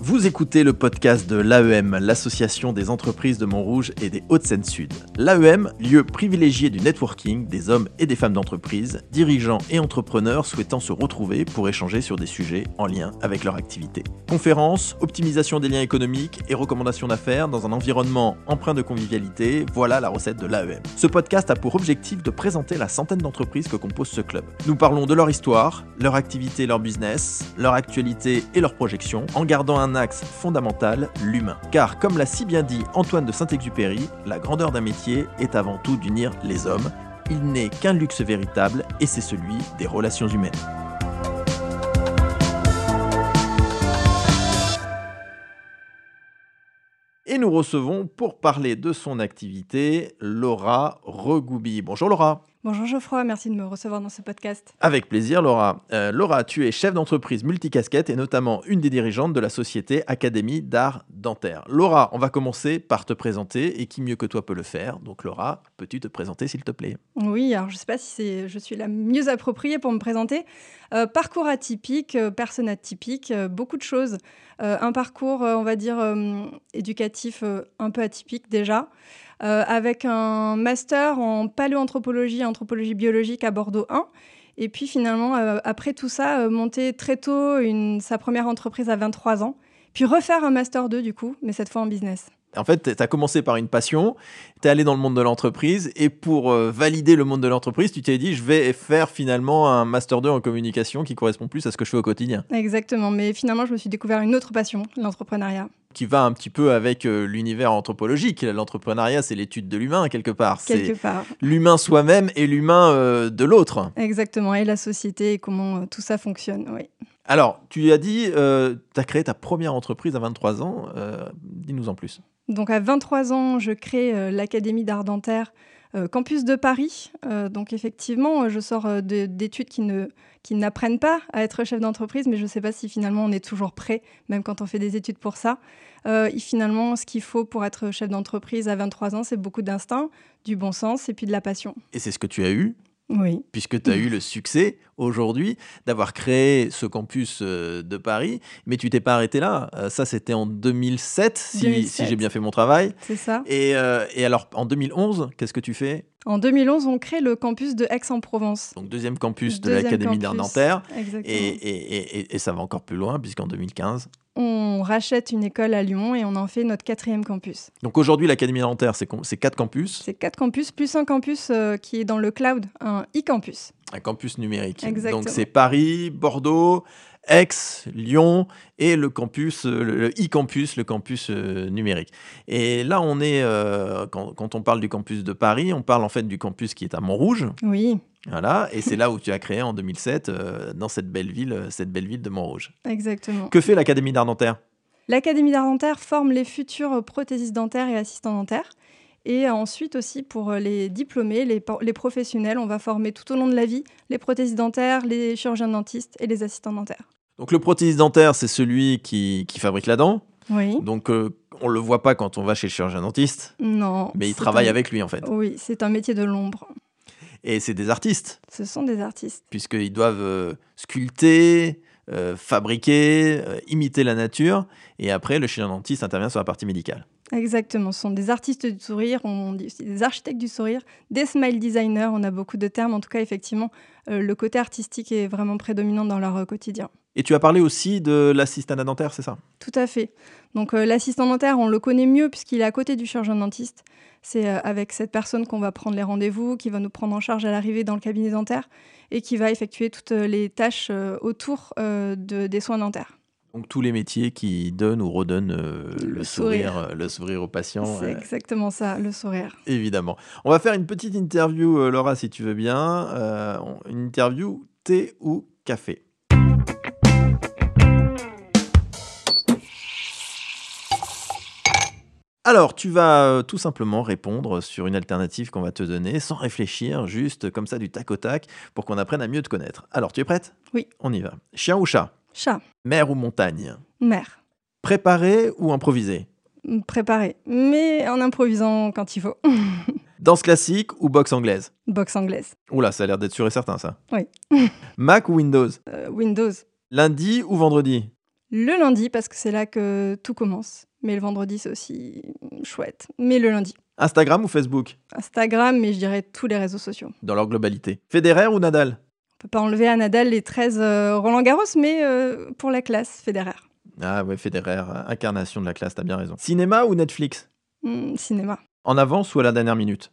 Vous écoutez le podcast de l'AEM, l'association des entreprises de Montrouge et des Hauts-de-Seine-Sud. L'AEM, lieu privilégié du networking des hommes et des femmes d'entreprise, dirigeants et entrepreneurs souhaitant se retrouver pour échanger sur des sujets en lien avec leur activité. Conférences, optimisation des liens économiques et recommandations d'affaires dans un environnement empreint de convivialité, voilà la recette de l'AEM. Ce podcast a pour objectif de présenter la centaine d'entreprises que compose ce club. Nous parlons de leur histoire, leur activité, leur business, leur actualité et leurs projections, en gardant un un axe fondamental, l'humain. Car comme l'a si bien dit Antoine de Saint-Exupéry, la grandeur d'un métier est avant tout d'unir les hommes. Il n'est qu'un luxe véritable et c'est celui des relations humaines. Et nous recevons pour parler de son activité Laura Regoubi. Bonjour Laura. Bonjour Geoffroy, merci de me recevoir dans ce podcast. Avec plaisir, Laura. Euh, Laura, tu es chef d'entreprise multicasquette et notamment une des dirigeantes de la société Académie d'art dentaire. Laura, on va commencer par te présenter et qui mieux que toi peut le faire. Donc, Laura, peux-tu te présenter s'il te plaît Oui, alors je ne sais pas si je suis la mieux appropriée pour me présenter. Euh, parcours atypique, euh, personne atypique, euh, beaucoup de choses. Euh, un parcours, on va dire, euh, éducatif euh, un peu atypique déjà. Euh, avec un master en paléoanthropologie et anthropologie biologique à Bordeaux 1. Et puis finalement, euh, après tout ça, euh, monter très tôt une, sa première entreprise à 23 ans, puis refaire un master 2 du coup, mais cette fois en business. En fait, tu as commencé par une passion, tu es allé dans le monde de l'entreprise et pour euh, valider le monde de l'entreprise, tu t'es dit je vais faire finalement un master 2 en communication qui correspond plus à ce que je fais au quotidien. Exactement, mais finalement, je me suis découvert une autre passion, l'entrepreneuriat. Qui va un petit peu avec euh, l'univers anthropologique. L'entrepreneuriat, c'est l'étude de l'humain, quelque part. Quelque part. L'humain soi-même et l'humain euh, de l'autre. Exactement, et la société et comment euh, tout ça fonctionne, oui. Alors, tu as dit, tu as créé ta première entreprise à 23 ans. euh, Dis-nous en plus. Donc à 23 ans, je crée euh, l'Académie d'art dentaire euh, campus de Paris. Euh, donc effectivement, je sors euh, d'études qui ne qui n'apprennent pas à être chef d'entreprise, mais je ne sais pas si finalement on est toujours prêt, même quand on fait des études pour ça. Euh, Et finalement, ce qu'il faut pour être chef d'entreprise à 23 ans, c'est beaucoup d'instinct, du bon sens et puis de la passion. Et c'est ce que tu as eu oui. Puisque tu as eu le succès aujourd'hui d'avoir créé ce campus euh, de Paris, mais tu t'es pas arrêté là. Euh, Ça, c'était en 2007, si, 2007. si j'ai bien fait mon travail. C'est ça. Et, euh, et alors, en 2011, qu'est-ce que tu fais en 2011, on crée le campus de Aix-en-Provence. Donc deuxième campus de l'Académie d'art dentaire. Exactement. Et, et, et, et, ça va encore plus loin, puisqu'en 2015... On rachète une école à Lyon et on en fait notre quatrième campus. Donc aujourd'hui, l'Académie dentaire, c'est, c'est quatre campus C'est quatre campus, plus un campus euh, qui est dans le cloud, un e-campus. Un campus numérique. Exactement. Donc c'est Paris, Bordeaux, Aix, Lyon et le campus, euh, le e-campus, le, e le campus euh, numérique. Et là, on est, euh, quand, quand, on parle du campus de Paris, on parle en fait du campus qui est à Montrouge. Oui. Voilà, et c'est là où tu as créé en 2007, euh, dans cette belle ville, cette belle ville de Montrouge. Exactement. Que fait l'Académie d'art dentaire L'Académie d'art dentaire forme les futurs prothésistes dentaires et assistants dentaires. Et ensuite aussi pour les diplômés, les, les, professionnels, on va former tout au long de la vie les prothésistes dentaires, les chirurgiens dentistes et les assistants dentaires. Donc le prothésiste dentaire, c'est celui qui, qui, fabrique la dent. Oui. Donc euh, on le voit pas quand on va chez le chirurgien dentiste. Non. Mais il travaille un... avec lui en fait. Oui, c'est un métier de l'ombre. Et c'est des artistes. Ce sont des artistes. Puisqu'ils doivent euh, sculpter, euh, fabriquer, euh, imiter la nature. Et après, le chirurgien dentiste intervient sur la partie médicale. Exactement. Ce sont des artistes du sourire, on dit aussi des architectes du sourire, des smile designers. On a beaucoup de termes. En tout cas, effectivement, euh, le côté artistique est vraiment prédominant dans leur euh, quotidien. Et tu as parlé aussi de l'assistant dentaire, c'est ça Tout à fait. Donc euh, l'assistant dentaire, on le connaît mieux puisqu'il est à côté du chirurgien dentiste. C'est euh, avec cette personne qu'on va prendre les rendez-vous, qui va nous prendre en charge à l'arrivée dans le cabinet dentaire et qui va effectuer toutes euh, les tâches autour euh, de, des soins dentaires. Donc tous les métiers qui donnent ou redonnent euh, le, le, sourire, sourire. le sourire aux patients. C'est euh, exactement ça, le sourire. Évidemment. On va faire une petite interview, euh, Laura, si tu veux bien. Euh, une interview thé ou café. Alors, tu vas euh, tout simplement répondre sur une alternative qu'on va te donner, sans réfléchir, juste comme ça du tac au tac, pour qu'on apprenne à mieux te connaître. Alors, tu es prête Oui. On y va. Chien ou chat Chat. Mer ou montagne Mer. Préparé ou improvisé Préparé, mais en improvisant quand il faut. Danse classique ou boxe anglaise Boxe anglaise. Oula, ça a l'air d'être sûr et certain, ça. Oui. Mac ou Windows euh, Windows. Lundi ou vendredi Le lundi, parce que c'est là que tout commence. Mais le vendredi, c'est aussi chouette. Mais le lundi. Instagram ou Facebook Instagram, mais je dirais tous les réseaux sociaux. Dans leur globalité. Federer ou Nadal On peut pas enlever à Nadal les 13 euh, Roland Garros, mais euh, pour la classe, Federer. Ah ouais, Federer, incarnation de la classe, t'as bien raison. Cinéma ou Netflix Hmm, cinéma, En avance ou à la dernière minute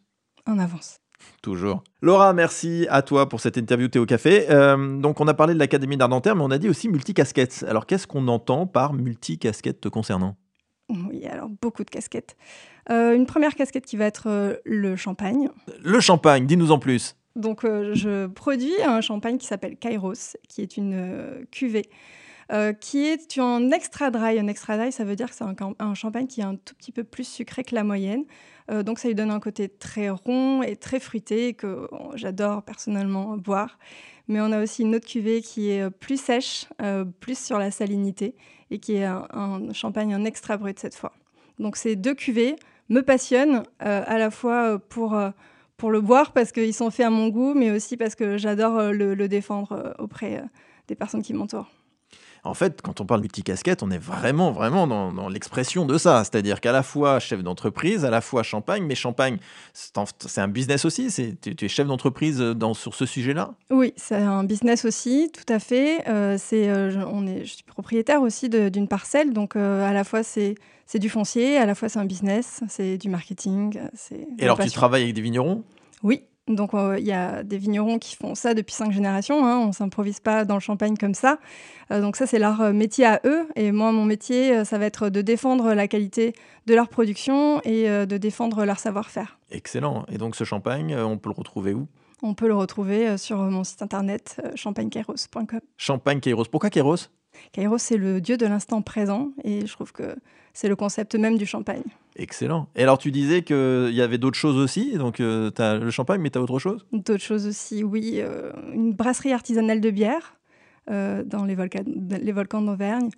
en avance. Toujours. Laura, merci à toi pour cette interview Théo Café. Euh, donc, on a parlé de l'Académie d'Ardentaire, mais on a dit aussi multicasquette. Alors, qu'est-ce qu'on entend par multicasquette te concernant Oui, alors beaucoup de casquettes. Euh, une première casquette qui va être euh, le champagne. Le champagne, dis-nous en plus. Donc, euh, je produis un champagne qui s'appelle Kairos, qui est une euh, cuvée, euh, qui est en extra dry. Un extra dry, ça veut dire que c'est un, cam- un champagne qui est un tout petit peu plus sucré que la moyenne. Euh, donc, ça lui donne un côté très rond et très fruité que bon, j'adore personnellement boire. Mais on a aussi une autre cuvée qui est euh, plus sèche, euh, plus sur la salinité et qui est un, un champagne en extra brut cette fois. Donc, ces deux cuvées me passionnent euh, à la fois euh, pour. euh, pour le boire parce qu'ils sont faits à mon goût, mais aussi parce que j'adore euh, le, le défendre euh, auprès euh, des personnes qui m'entourent. En fait, quand on parle multicasquette, on est vraiment, vraiment dans, dans l'expression de ça. C'est-à-dire qu'à la fois chef d'entreprise, à la fois champagne, mais champagne, c'est en- c'est un business aussi. c'est- Tu, tu es chef d'entreprise euh, dans, sur ce sujet-là Oui, c'est un business aussi, tout à fait. Euh, c'est, euh, je, on est, je suis propriétaire aussi de- d'une parcelle, donc euh, à la fois c'est, c'est du foncier, à la fois c'est un business, c'est du marketing. euh, C'est Et alors, une tu passion. travailles avec des vignerons Oui, donc euh, il y a des vignerons qui font ça depuis cinq générations. hein, On ne s'improvise pas dans le champagne comme ça. Euh, donc ça, c'est leur euh, métier à eux. Et moi, mon métier, euh, ça va être de défendre la qualité de leur production et euh, de défendre leur savoir-faire. Excellent. Et donc, ce champagne, euh, on peut le retrouver où On peut le retrouver euh, sur mon site internet euh, champagnekairos.com. Champagne Kairos. Pourquoi Kairos Kairos, c'est le dieu de l'instant présent et je trouve que c'est le concept même du champagne. Excellent. Et alors, tu disais qu'il y avait d'autres choses aussi. Donc, tu as le champagne, mais tu as autre chose D'autres choses aussi, oui, euh, une brasserie artisanale de bière euh, dans les volcans, les volcans d'Auvergne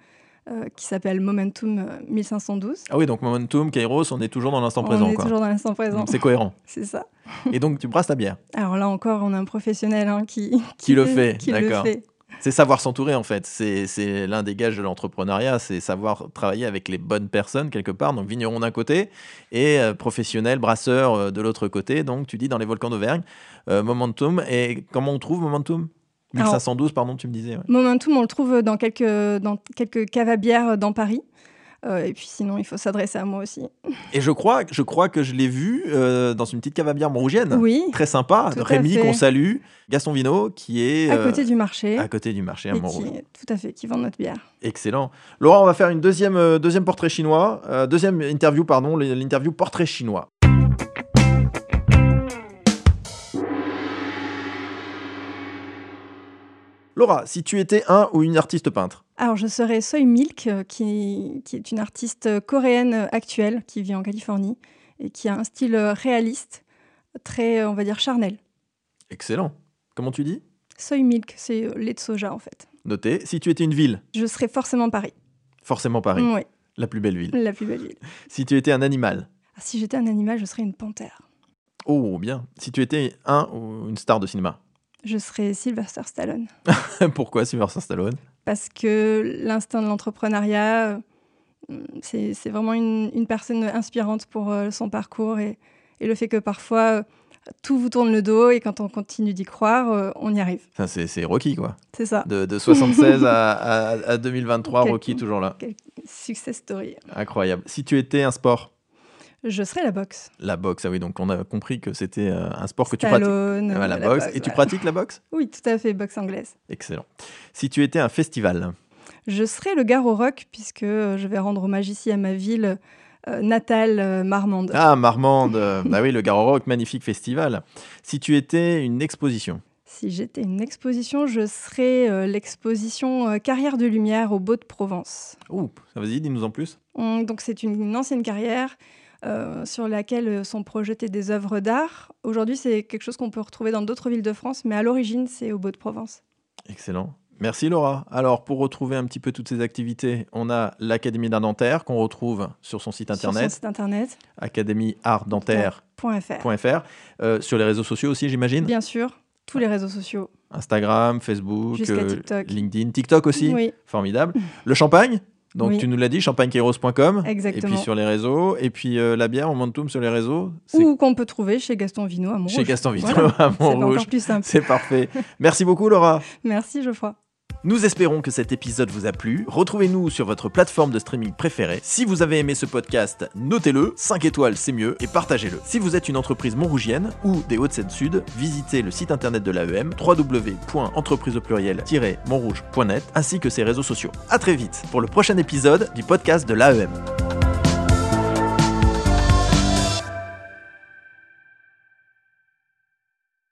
euh, qui s'appelle Momentum euh, 1512. Ah oui, donc Momentum, Kairos, on est toujours dans l'instant on présent. est quoi. Mm. toujours dans l'instant présent, Donc, C'est cohérent. c'est ça. Et donc, tu brasses ta bière. Alors là encore, on a un professionnel hein, qui, Qui le fait, qui le d'accord. fait. C'est savoir s'entourer, en fait. C'est c'est l'un des gages de l'entrepreneuriat. C'est savoir travailler avec les bonnes personnes, quelque part. Donc, vigneron d'un côté et euh, professionnel, brasseur euh, de l'autre côté. Donc, tu dis dans les volcans d'Auvergne, euh, Momentum. Et comment on trouve Momentum Alors- 1512, pardon, tu me disais. ouais. Momentum, on le trouve dans quelques, dans quelques caves à bière dans Paris. Euh, et puis sinon, il faut s'adresser à moi aussi. Et je crois, je crois que je l'ai vu euh, dans une petite cave à bière montrougienne. Oui, Ah, très sympa. Tout à Rémi fait. qu'on salue, Gaston Vino qui est à euh, côté du marché. à côté du marché à et Montrouge. qui, tout à fait, qui vend notre bière. Excellent. Laurent, on va faire une deuxième, euh, deuxième portrait chinois, euh, deuxième interview pardon, l- l'interview portrait chinois. Laura, si tu étais un ou une artiste peintre, Alors, je serai Soy Milk, euh, qui, qui est une artiste coréenne euh, actuelle qui vit en Californie et qui a un style euh, réaliste, très, euh, on va dire, charnel. excellent. Comment tu dis Soy Milk, c'est euh, lait de soja en fait. Notez. Si tu étais une ville, Je serai forcément Paris. forcément Paris, Oui, la plus belle ville. la plus belle ville. Si tu étais un animal, Ah, si j'étais un animal, je serais une panthère. oh bien. Si tu étais un ou une star de cinéma, Je serais Sylvester Stallone. pourquoi Sylvester Stallone Parce que l'instinct de l'entrepreneuriat, euh, c'est c'est vraiment une, une personne inspirante pour euh, son parcours et, et le fait que parfois euh, tout vous tourne le dos et quand on continue d'y croire, euh, on y arrive. Enfin, c'est c'est Rocky quoi. C'est ça. De, de 76 à, à- à 2023, Quel- Rocky toujours là. Success story. Incroyable. Si tu étais un sport, Je serais la boxe. la boxe, ah oui, donc on a compris que c'était euh, un sport que tu pratiques. Stallone, Ah, euh, la, boxe. Et tu voilà. pratiques la boxe Oui, tout à fait, boxe anglaise. Excellent. Si tu étais un festival, Je serai le gars au rock puisque euh, je vais rendre hommage ici à ma ville euh, natale, euh, Marmande. ah, Marmande, euh, ah oui, le Garo Rock, magnifique festival. Si tu étais une exposition, Si j'étais une exposition, je serais euh, l'exposition euh, Carrière de Lumière au Beau de Provence. Ouh, vas-y, dis-nous en plus. On- Hum, donc c'est une, une ancienne carrière euh, sur laquelle euh, sont projetées des œuvres d'art. Aujourd'hui, c'est quelque chose qu'on peut retrouver dans d'autres villes de France, mais à l'origine, c'est au Beau de Provence. Excellent. Merci Laura. Alors pour retrouver un petit peu toutes ces activités, on a l'Académie d'art dentaire qu'on retrouve sur son site Sur son internet, site internet.fr. académieartdentaire.fr, euh, sur les réseaux sociaux aussi j'imagine. Bien sûr, tous les réseaux sociaux. Instagram, Facebook, Jusqu'à euh, TikTok. LinkedIn, TikTok aussi. Oui, Formidable. Le champagne donc Oui. tu nous l'as dit, champagnekairos.com. Exactement. Et puis sur les réseaux. Et puis euh, la bière, momentum sur les réseaux. C'est ou qu'on peut trouver chez Gaston Vino à Montrouge. chez Gaston Vito Voilà. à C'est pas Montrouge. encore plus simple. C'est parfait. Merci beaucoup Laura. Merci Geoffroy. Nous espérons que cet épisode vous a plu. Retrouvez-nous sur votre plateforme de streaming préférée. Si vous avez aimé ce podcast, notez-le, 5 étoiles c'est mieux, et partagez-le. Si vous êtes une entreprise montrougienne ou des Hauts-de-Seine-Sud, visitez le site internet de E l'AEM www.entreprise au pluriel-montrouge.net ainsi que ses réseaux sociaux. À très vite pour le prochain épisode du podcast de E l'AEM.